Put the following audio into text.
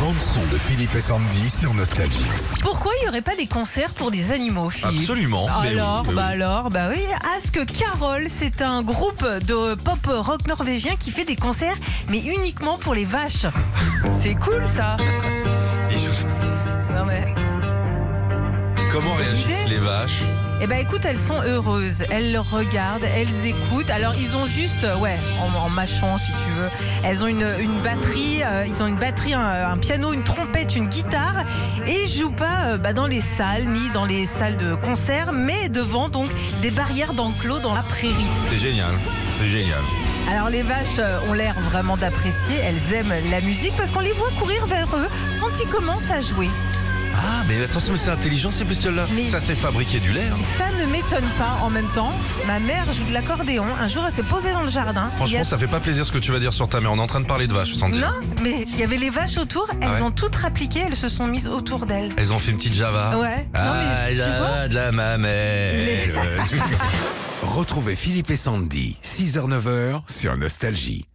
bande-son de Philippe et Sandy sur Nostalgie. Pourquoi il n'y aurait pas des concerts pour des animaux, Philippe Absolument, mais oui, Alors, mais bah oui. alors, bah oui. Ask Carol, c'est un groupe de pop rock norvégien qui fait des concerts, mais uniquement pour les vaches. C'est cool ça. Ils jouent- Non mais. Comment réagissent idée. les vaches Eh ben écoute, elles sont heureuses, elles le regardent, elles écoutent. Alors ils ont juste, euh, ouais, en, en mâchant si tu veux, elles ont une, une batterie, euh, ils ont une batterie, un, un piano, une trompette, une guitare, et ils jouent pas euh, bah, dans les salles ni dans les salles de concert, mais devant donc des barrières d'enclos dans la prairie. C'est génial. C'est génial. Alors les vaches euh, ont l'air vraiment d'apprécier, elles aiment la musique parce qu'on les voit courir vers eux quand ils commencent à jouer. Ah, mais attention, mais c'est intelligent ces bestioles-là. Mais- Ça, c'est fabriquer du lait. hein. Ça ne m'étonne pas en même temps. Ma mère joue de l'accordéon. Un jour, elle s'est posée dans le jardin. Il y Franchement, a- ça fait pas plaisir ce que tu vas dire sur ta mère. On est en train de parler de vaches, Sandy. Non, mais il y avait les vaches autour. Elles Ah ouais ont toutes rappliqué. Elles se sont mises autour d'elles. Elles ont fait une petite Java. Ouais. Non, Ah, mais tu vois Java de la mamelle. Retrouvez Philippe et Sandy, 6h-9h sur Nostalgie.